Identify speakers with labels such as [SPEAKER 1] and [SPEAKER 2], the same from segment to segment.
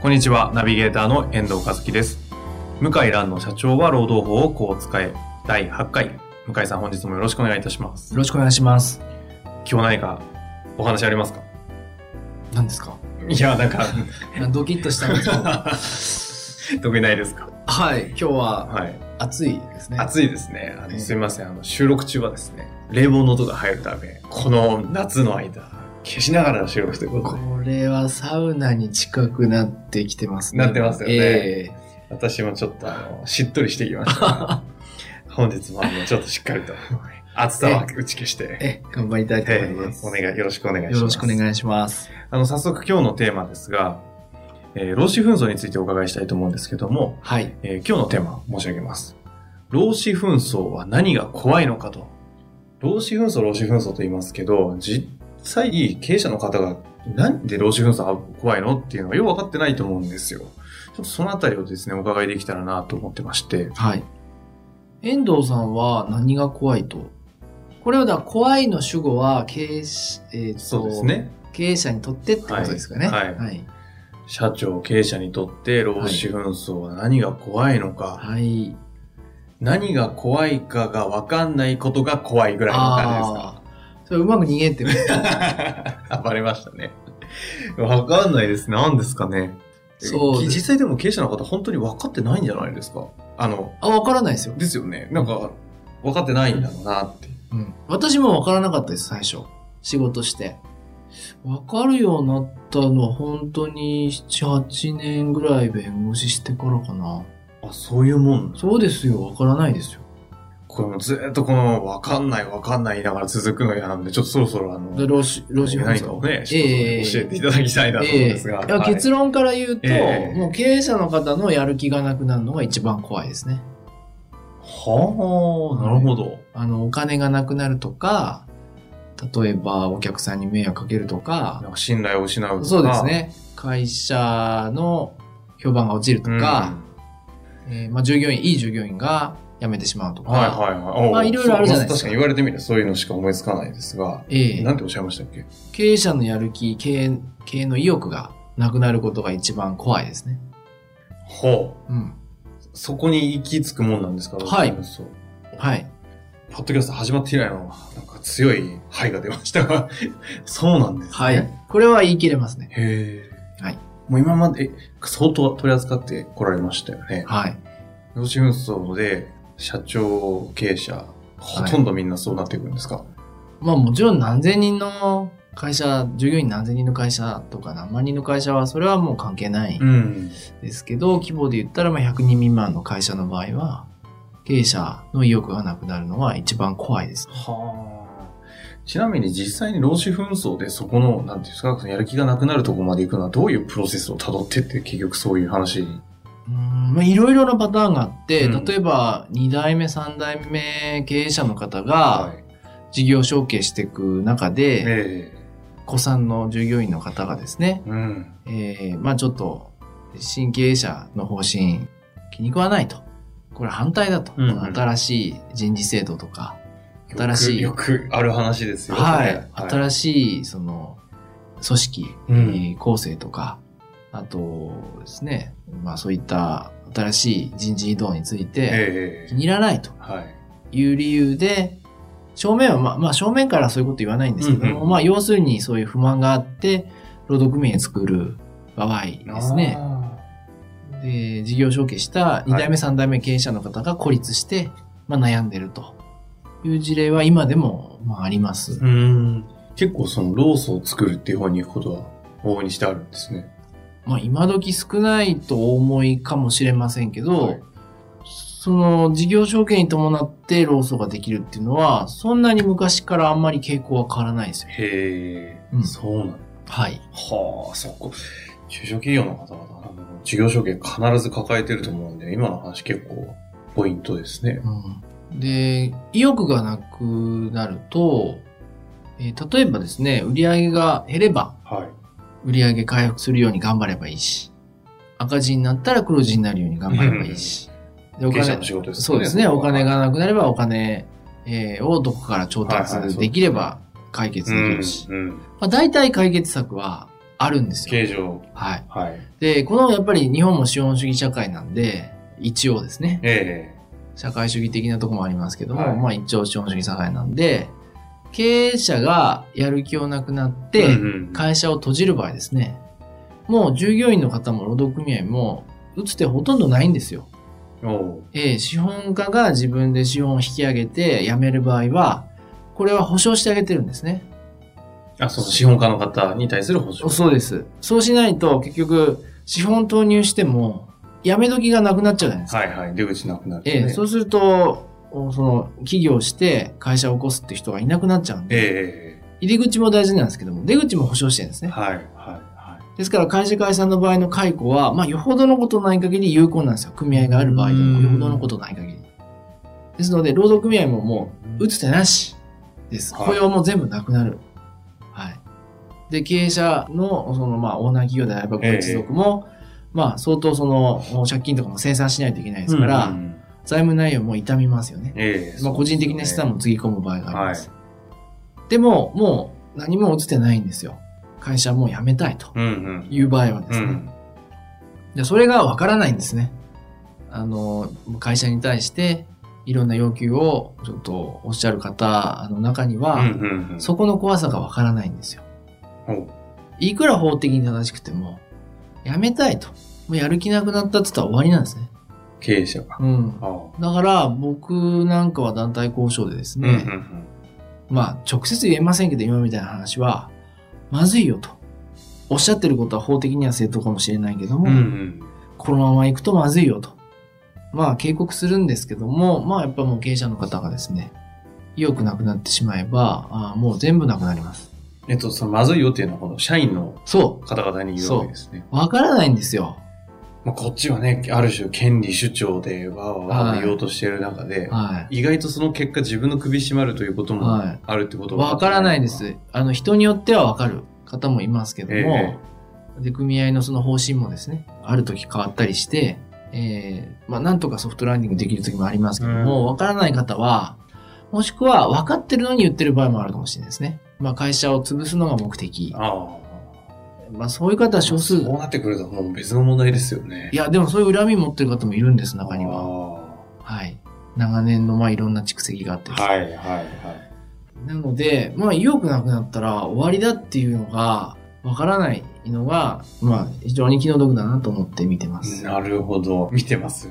[SPEAKER 1] こんにちは、ナビゲーターの遠藤和樹です。向井蘭の社長は労働法をこう使え、第8回。向井さん、本日もよろしくお願いいたします
[SPEAKER 2] よ。ろしくお願いします。
[SPEAKER 1] 今日何かお話ありますか
[SPEAKER 2] 何ですか
[SPEAKER 1] いや、なん か、
[SPEAKER 2] ドキッとしたんで すけど
[SPEAKER 1] 特にないですか
[SPEAKER 2] はい、今日は
[SPEAKER 1] はい。
[SPEAKER 2] 暑いですね。
[SPEAKER 1] 暑いですね。あの
[SPEAKER 2] ね
[SPEAKER 1] すみません、あの、収録中はですね、冷房の音が入るため、この夏の間、消しながら収録ということ
[SPEAKER 2] こ
[SPEAKER 1] で、
[SPEAKER 2] れはサウナに近くなってきてますね。
[SPEAKER 1] なってますよね
[SPEAKER 2] え
[SPEAKER 1] 私もちょっと、あの、しっとりしてきま した。本日も、あの、ちょっとしっかりと、暑さは打ち消し
[SPEAKER 2] え
[SPEAKER 1] て、
[SPEAKER 2] ええ頑張りたいと思い
[SPEAKER 1] え
[SPEAKER 2] ま
[SPEAKER 1] ー
[SPEAKER 2] す。
[SPEAKER 1] お願い、よろしくお願いします。
[SPEAKER 2] よろしくお願いします。
[SPEAKER 1] あの、早速今日のテーマですが、えー労使紛争についてお伺いしたいと思うんですけども、
[SPEAKER 2] はい。
[SPEAKER 1] えー今日のテーマ申し上げます。労使紛争は何が怖いのかと。労使紛争、労使紛争と言いますけど、実際に経営者の方がなんで労使紛争は怖いのっていうのはよくわかってないと思うんですよ。ちょっとそのあたりをですね、お伺いできたらなと思ってまして。
[SPEAKER 2] はい。遠藤さんは何が怖いとこれはだから怖いの主語は経営者、えーと
[SPEAKER 1] そうですね。
[SPEAKER 2] 経営者にとってってことですかね。
[SPEAKER 1] はいは
[SPEAKER 2] はい。
[SPEAKER 1] 社長、経営者にとって労使紛争は何が怖いのか。
[SPEAKER 2] はい。
[SPEAKER 1] 何が怖いかが分かんないことが怖いぐらいの感
[SPEAKER 2] ああー。それうまく逃 げてる。
[SPEAKER 1] じですか。バレましたね。分かんないです。何ですかね。
[SPEAKER 2] そうです
[SPEAKER 1] 実際でも経営者の方本当に分かってないんじゃないですか。あの、
[SPEAKER 2] あ、わからないですよ。
[SPEAKER 1] ですよね。なんか、分かってないんだろうなって。
[SPEAKER 2] うん、私も分からなかったです最初仕事して分かるようになったのは本当に78年ぐらい弁護士してからかな
[SPEAKER 1] あ、そういうもん
[SPEAKER 2] そうですよ分からないですよ
[SPEAKER 1] これもずっとこの、分かんない分かんないだから続くの嫌なんで、ちょっとそろそろあの、
[SPEAKER 2] で老子老子
[SPEAKER 1] 何かをね、ちょっと教えていただきたいなと思うんですが。
[SPEAKER 2] いや
[SPEAKER 1] はい
[SPEAKER 2] 結論から言うと、
[SPEAKER 1] ええ
[SPEAKER 2] もう経営者の方のやる気がなくなるのが一番怖いですね
[SPEAKER 1] はあ、なるほど。
[SPEAKER 2] あのお金がなくなるとか例えばお客さんに迷惑かけるとか
[SPEAKER 1] なんか信頼を失うとか。
[SPEAKER 2] そうですね会社の評判が落ちると
[SPEAKER 1] うん。
[SPEAKER 2] か、えーまあ、従業員、いい従業員が辞めてしまうとか、
[SPEAKER 1] はいはいはい。
[SPEAKER 2] まあいろいろあるじゃないです
[SPEAKER 1] そうま確か
[SPEAKER 2] か
[SPEAKER 1] に言われてみればそういうのしか思いつかないですが、
[SPEAKER 2] ええ
[SPEAKER 1] なんておっしゃいましたっけ
[SPEAKER 2] 経営者のやる気経営、経営の意欲がなくなることが一番怖いですね。
[SPEAKER 1] ほう。
[SPEAKER 2] うん。
[SPEAKER 1] そこに行き着くもんなんですか
[SPEAKER 2] はい
[SPEAKER 1] そう。
[SPEAKER 2] はい。
[SPEAKER 1] ポッドキャスト始まって以来の、なんか強いはいが出ましたが、 そうなんですね。
[SPEAKER 2] はい。これは言い切れますね。
[SPEAKER 1] へえ。
[SPEAKER 2] はい。
[SPEAKER 1] もう今まで、え相当取り扱ってこられましたよね。
[SPEAKER 2] はい。
[SPEAKER 1] 養子紛争で、社長、経営者、ほとんどみんなそうなってくるんですか、
[SPEAKER 2] まあもちろん何千人の会社、従業員何千人の会社とか何万人の会社は、それはもう関係ない
[SPEAKER 1] うん。
[SPEAKER 2] ですけど、規模で言ったらまあ100人未満の会社の場合は、経営者の意欲がなくなるのは一番怖いです。
[SPEAKER 1] はあ。ちなみに実際に労使紛争でそこの、なんていうんですか、そのやる気がなくなるところまで行くのはどういうプロセスを辿ってって結局そういう話。
[SPEAKER 2] うーんまあいろいろなパターンがあって、
[SPEAKER 1] うん
[SPEAKER 2] 例えば2代目3代目経営者の方が
[SPEAKER 1] い。
[SPEAKER 2] 事業承継していく中で、
[SPEAKER 1] え
[SPEAKER 2] 子さんの従業員の方がですね
[SPEAKER 1] え、うん。
[SPEAKER 2] えーまあちょっと新経営者の方針気に食わないとこれ反対だと、
[SPEAKER 1] うんうん
[SPEAKER 2] 新しい人事制度とか、新しい
[SPEAKER 1] よくよくある話ですよね。
[SPEAKER 2] はい、
[SPEAKER 1] しい。
[SPEAKER 2] 新しいその組織、
[SPEAKER 1] うん
[SPEAKER 2] えー構成とかあとですね、まあ、そういった新しい人事異動について、
[SPEAKER 1] え
[SPEAKER 2] 気
[SPEAKER 1] え
[SPEAKER 2] に入らないと
[SPEAKER 1] はい。
[SPEAKER 2] いう理由で、正面は、まあ、まあ、正面からそういうこと言わないんですけども、
[SPEAKER 1] うんうん
[SPEAKER 2] まあ、要するにそういう不満があって、労働組合を作る場合ですね。
[SPEAKER 1] あ
[SPEAKER 2] で、事業承継した2代目、3代目経営者の方が孤立して、まあ、悩んでるという事例は今でも、まあ、あります
[SPEAKER 1] ー。。うん。結構その労組を作るっていう方に行くことは往々にしてあるんですね。
[SPEAKER 2] まあ、今時少ないとお思いかもしれませんけど、
[SPEAKER 1] はい
[SPEAKER 2] その事業証券に伴って労組ができるっていうのは、そんなに昔からあんまり傾向は変わらないですよ。
[SPEAKER 1] へえ、
[SPEAKER 2] うん
[SPEAKER 1] そうなんだ。
[SPEAKER 2] はい。
[SPEAKER 1] はあ、そこ。中小企業の方々、あの事業証券必ず抱えてると思うんで、今の話結構ポイントですね。
[SPEAKER 2] うん、で、意欲がなくなると、えー例えばですね、売上が減れば、
[SPEAKER 1] はい。
[SPEAKER 2] 売上回復するように頑張ればいいし、赤字になったら黒字になるように頑張ればいいし、でお
[SPEAKER 1] 経営者
[SPEAKER 2] 金
[SPEAKER 1] の、仕事ですね。
[SPEAKER 2] そうですね、お金
[SPEAKER 1] が。
[SPEAKER 2] がなくなればお金、えーをどこから調達
[SPEAKER 1] はいはい
[SPEAKER 2] できれば解決
[SPEAKER 1] う
[SPEAKER 2] でき
[SPEAKER 1] ん
[SPEAKER 2] るし、、
[SPEAKER 1] うん。
[SPEAKER 2] まあ、大体解決策はあるんですよ。
[SPEAKER 1] 形状。
[SPEAKER 2] はい。
[SPEAKER 1] はい。
[SPEAKER 2] で、このやっぱり日本も資本主義社会なんで、一応ですね、
[SPEAKER 1] え
[SPEAKER 2] 社会主義的なとこもありますけども、
[SPEAKER 1] はい
[SPEAKER 2] まあ一応資本主義社会なんで、経営者がやる気をなくなっ
[SPEAKER 1] え
[SPEAKER 2] て、
[SPEAKER 1] うんうん
[SPEAKER 2] 会社を閉じる場合ですね、もう従業員の方も労働組合も、打つ手ほとんどないんですよ。
[SPEAKER 1] おう
[SPEAKER 2] えー資本家が自分で資本を引き上げて辞める場合は、これは保証してあげてるんですね。
[SPEAKER 1] あ、その資本家の方に対する補償。
[SPEAKER 2] そうです。そうしないと、結局、資本投入しても、辞め時がなくなっちゃうじゃないですか。
[SPEAKER 1] はいはい。出口なくなる、ね。
[SPEAKER 2] ええそうすると、おその、起業して会社を起こすって人がいなくなっちゃうんで、
[SPEAKER 1] え
[SPEAKER 2] 入り口も大事なんですけども、出口も保証してるんです
[SPEAKER 1] え
[SPEAKER 2] ね。
[SPEAKER 1] はいはいは
[SPEAKER 2] ですから、会社解散の場合の解雇は、まあ、よほどのことない限り有効なんですよ。組合がある場合で
[SPEAKER 1] う
[SPEAKER 2] も、
[SPEAKER 1] ん
[SPEAKER 2] よほどのことない限り。ですので、労働組合ももう、打つ手なしです。
[SPEAKER 1] はい
[SPEAKER 2] 雇用も全部なくなる。はい。で、経営者の、その、まあ、オーナー企業であれば、ご一族も、まあ、相当その、もう借金とかも清算しないといけない
[SPEAKER 1] い。
[SPEAKER 2] ですから、
[SPEAKER 1] うんうん
[SPEAKER 2] 財務内容も痛みますよね。
[SPEAKER 1] ええ
[SPEAKER 2] まあ、個人的な資産
[SPEAKER 1] も。
[SPEAKER 2] もつぎ込む場合があります。でも、もう何も落ちてないんですよ。会社もう辞めたいと
[SPEAKER 1] うんうん。
[SPEAKER 2] いう場合はで
[SPEAKER 1] う
[SPEAKER 2] すね。
[SPEAKER 1] ん。
[SPEAKER 2] でそれがわからないんですね。あの、会社に対していろんな要求をちょっとおっしゃる方の中には、
[SPEAKER 1] うんうんうん。
[SPEAKER 2] そこの怖さがわからないんですよ。
[SPEAKER 1] おう
[SPEAKER 2] いくら法的に正しくても、辞めたいと。もうやる気なくなったって言ったら終わりなんですね。
[SPEAKER 1] 経営者が。
[SPEAKER 2] うん。
[SPEAKER 1] ああ。
[SPEAKER 2] だから僕なんかは団体交渉でですね、
[SPEAKER 1] ん
[SPEAKER 2] まあ、直接言えませんけど、今みたいな話は、まずいよと。おっしゃってることは法的には正当かもしれないけども、
[SPEAKER 1] うんうん。
[SPEAKER 2] このまま行くとまずいよと。まあ、警告するんですけども、まあ、やっぱもう経営者の方がですね、意欲なくなってしまえば、ああもう全部なくなります。
[SPEAKER 1] えっと、そのまずいよっていうのは、この社員の
[SPEAKER 2] そ
[SPEAKER 1] 方々に言うわけですね。
[SPEAKER 2] う。わからないんですよ。
[SPEAKER 1] まあ、こっちはね、ある種権利主張でわーわーわ
[SPEAKER 2] は
[SPEAKER 1] ー
[SPEAKER 2] い
[SPEAKER 1] 言おうとしてる中で、
[SPEAKER 2] は
[SPEAKER 1] 意外とその結果自分の首絞まるということも
[SPEAKER 2] はい
[SPEAKER 1] あるってこ
[SPEAKER 2] い。
[SPEAKER 1] と
[SPEAKER 2] わからないで
[SPEAKER 1] え
[SPEAKER 2] す。あの、人によってはわかる方もいますけども、
[SPEAKER 1] え
[SPEAKER 2] で、組合のその方針もですね、ある時変わったりして、えーまあ、なんとかソフトランディングできる時もありますけども、わからない方は、もしくは分かってるのに言ってる場合もあるかもしれないですね。まあ、会社を潰すのが目的。
[SPEAKER 1] あ
[SPEAKER 2] まあ、そういう方
[SPEAKER 1] あ。
[SPEAKER 2] は少数。
[SPEAKER 1] そうなってくるともう別の問題ですよね。
[SPEAKER 2] いや、でもそういう恨み持ってる方もいるんです、中に
[SPEAKER 1] あ
[SPEAKER 2] は。はい。長年の、まあ、いろんな蓄積があって
[SPEAKER 1] あ
[SPEAKER 2] ですね
[SPEAKER 1] はいはいはい。
[SPEAKER 2] なので、まあ、意欲なくなったら終わりだっていうのが、わからないのが、まあ、非常に気の毒だなと思って見てます。
[SPEAKER 1] なるほど。見てます。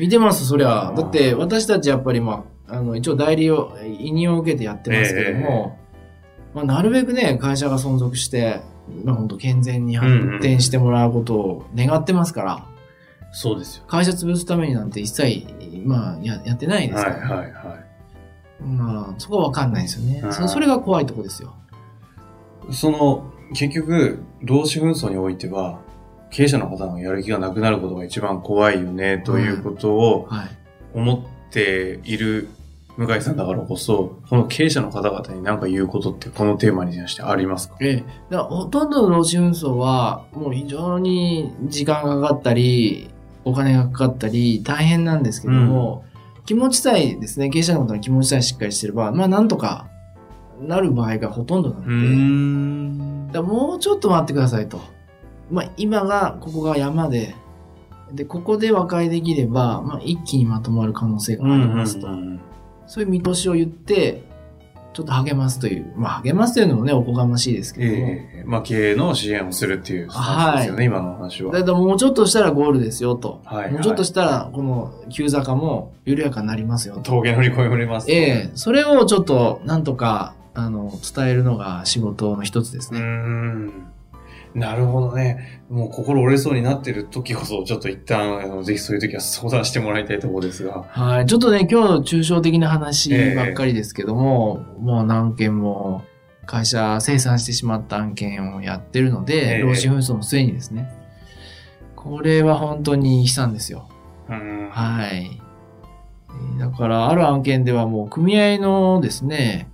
[SPEAKER 2] 見てます、そりゃ
[SPEAKER 1] う。ん
[SPEAKER 2] だって、私たちやっぱり、まあ、あの、一応代理を、え委任を受けてやってますけども、まあ、なるべくね、会社が存続して、まあ、本当健全に発展してもらうことを願ってますから、
[SPEAKER 1] そうですよ。
[SPEAKER 2] 会社潰すためになんて一切、まあ、ややってないです
[SPEAKER 1] は
[SPEAKER 2] か
[SPEAKER 1] い
[SPEAKER 2] ら、
[SPEAKER 1] はいはい。
[SPEAKER 2] まあ、そこはわかんないですよね
[SPEAKER 1] う。ん
[SPEAKER 2] そそれが怖いとこですよ。
[SPEAKER 1] その、結局、労使紛争においては、経営者の方のやる気がなくなることが一番怖いよね、ということを
[SPEAKER 2] はい。
[SPEAKER 1] 思っている向井さんだからこそ、この経営者の方々に何か言うことって、このテーマに関してありますか
[SPEAKER 2] ええ、だからほとんどの労使紛争は、もう非常に時間がかかったり、お金がかかったり、大変なんですけども、気持ちさえですね、経営者の方の気持ちさえしっかりしてれば、まあなんとかなる場合がほとんどなので、
[SPEAKER 1] ん
[SPEAKER 2] だからもうちょっと待ってくださいと。まあ今が、ここが山で、で、ここで和解できれば、まあ一気にまとまる可能性がありますと。そういう見通しを言って、ちょっと励ますという、まあ励ますというのもね、おこがましいですけども、
[SPEAKER 1] ええまあ、経営の支援をするっていうスタンスですよね、
[SPEAKER 2] は
[SPEAKER 1] 今の話は。
[SPEAKER 2] だいたいもうちょっとしたらゴールですよと。
[SPEAKER 1] はい
[SPEAKER 2] もうちょっとしたら、この急坂も緩やかになりますよと。
[SPEAKER 1] 峠乗り越えられます。
[SPEAKER 2] ええそれをちょっと、なんとか、あの、伝えるのが仕事の一つです
[SPEAKER 1] うー
[SPEAKER 2] ね。
[SPEAKER 1] ん。なるほどね。もう心折れそうになってる時こそ、ちょっと一旦、あのぜひそういう時は相談してもらいたいところですが。
[SPEAKER 2] はい。ちょっとね、今日抽象的な話ばっかりですけども、もう何件も会社生産してしまった案件をやってるので、
[SPEAKER 1] ええ
[SPEAKER 2] 労使紛争の末にですね。これは本当に悲惨ですよ。
[SPEAKER 1] うん。
[SPEAKER 2] はい。えーだから、ある案件ではもう組合のですね、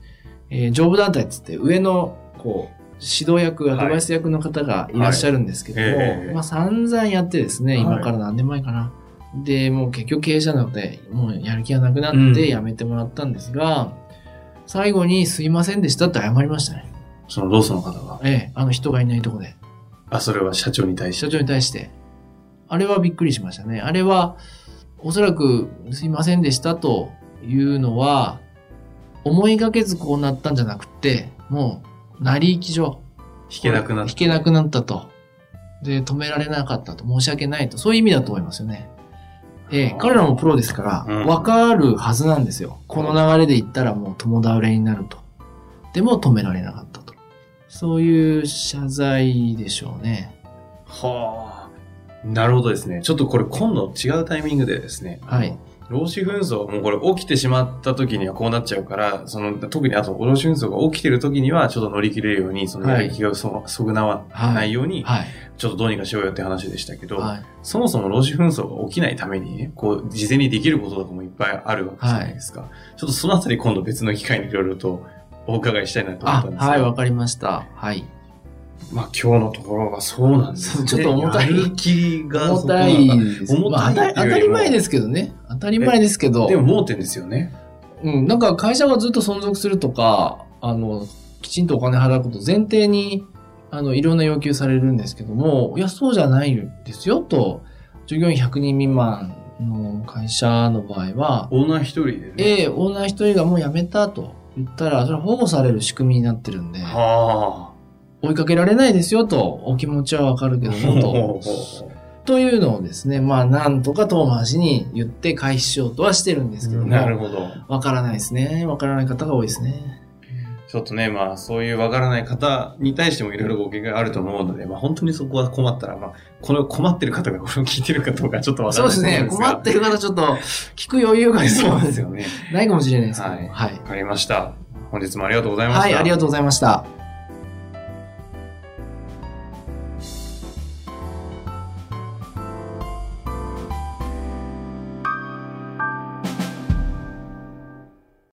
[SPEAKER 2] えー上部団体っつって上の、こう、指導役、アドバイス役の方がいらっしゃるんですけども、
[SPEAKER 1] はいええ
[SPEAKER 2] まあ散々やってですね、
[SPEAKER 1] はい
[SPEAKER 2] 今から何年前かな。で、もう結局経営者なので、もうやる気がなくな
[SPEAKER 1] うん
[SPEAKER 2] って辞めてもらったんですが、最後にすいませんでしたって謝りましたね。
[SPEAKER 1] そのローソンの方が。
[SPEAKER 2] ええ、あの人がいないとこで。
[SPEAKER 1] あ、それは社長に対して。
[SPEAKER 2] 社長に対して。あれはびっくりしましたね。あれは、おそらくすいませんでしたというのは、思いがけずこうなったんじゃなくて、もう、成り行き上。
[SPEAKER 1] 引けなくなっ
[SPEAKER 2] 引けなくなったと。で、止められなかったと。申し訳ないと。そういう意味だと思いますよね。ええ
[SPEAKER 1] あー
[SPEAKER 2] 彼らもプロですから、
[SPEAKER 1] うん
[SPEAKER 2] わかるはずなんですよ。この流れで行ったらもう共倒れになると。でも止められなかったと。そういう謝罪でしょうね。
[SPEAKER 1] はあ。なるほどですね。ちょっとこれ今度違うタイミングでですね。
[SPEAKER 2] はい。
[SPEAKER 1] 労使紛争はもうこれ起きてしまった時にはこうなっちゃうから、その、特にあと労使紛争が起きてる時にはちょっと乗り切れるように、その
[SPEAKER 2] は
[SPEAKER 1] や
[SPEAKER 2] い
[SPEAKER 1] る気がそそぐなわないように、
[SPEAKER 2] はい。
[SPEAKER 1] ちょっとどうにかしようよって話でしたけど、
[SPEAKER 2] はい。
[SPEAKER 1] そもそも労使紛争が起きないためにね、こう、事前にできることとかもいっぱいあるわけじゃないですか。ちょっとそのあたり今度別の機会にいろいろとお伺いしたいなと思っ
[SPEAKER 2] あ
[SPEAKER 1] たん、ですが、
[SPEAKER 2] はい、わかりました。はい。
[SPEAKER 1] まあ今日のところはそうなんですね。
[SPEAKER 2] そうちょっと重たい
[SPEAKER 1] やる気が
[SPEAKER 2] 重たいです。
[SPEAKER 1] 重
[SPEAKER 2] ま
[SPEAKER 1] た
[SPEAKER 2] あ
[SPEAKER 1] い
[SPEAKER 2] 当たり当たり前ですけどね。当たり前ですけど
[SPEAKER 1] で、も盲点ですよね。
[SPEAKER 2] うん、なんか会社がずっと存続するとか、あの、きちんとお金払うことを前提に、あの、いろんな要求されるんですけども、いや、そうじゃないですよと、従業員100人未満の会社の場合は、
[SPEAKER 1] オーナー一人でね。
[SPEAKER 2] ええ、オーナー一人がもう辞めたと言ったら、それは保護される仕組みになってるんで、
[SPEAKER 1] は
[SPEAKER 2] 追いかけられないですよと、お気持ちはわかるけど もと。
[SPEAKER 1] あ。
[SPEAKER 2] というのをですね、まあ、なんとか遠回しに言って回避しようとはしてるんですけども、
[SPEAKER 1] なるほど。
[SPEAKER 2] わからないですね。わからない方が多いですね。
[SPEAKER 1] ちょっとね、まあ、そういうわからない方に対してもいろいろご経験があると思うので、まあ、本当にそこは困ったら、まあ、この困ってる方がこれを聞いてるかどうかちょっとわか
[SPEAKER 2] そ
[SPEAKER 1] ら
[SPEAKER 2] う
[SPEAKER 1] ない
[SPEAKER 2] ですね。困って
[SPEAKER 1] る。
[SPEAKER 2] る方、ちょっと聞く余裕が
[SPEAKER 1] そうですよね。
[SPEAKER 2] ないかもしれないですけど。
[SPEAKER 1] はい
[SPEAKER 2] はい
[SPEAKER 1] わ。かりました。本日もありがとうございました。
[SPEAKER 2] はい、ありがとうございました。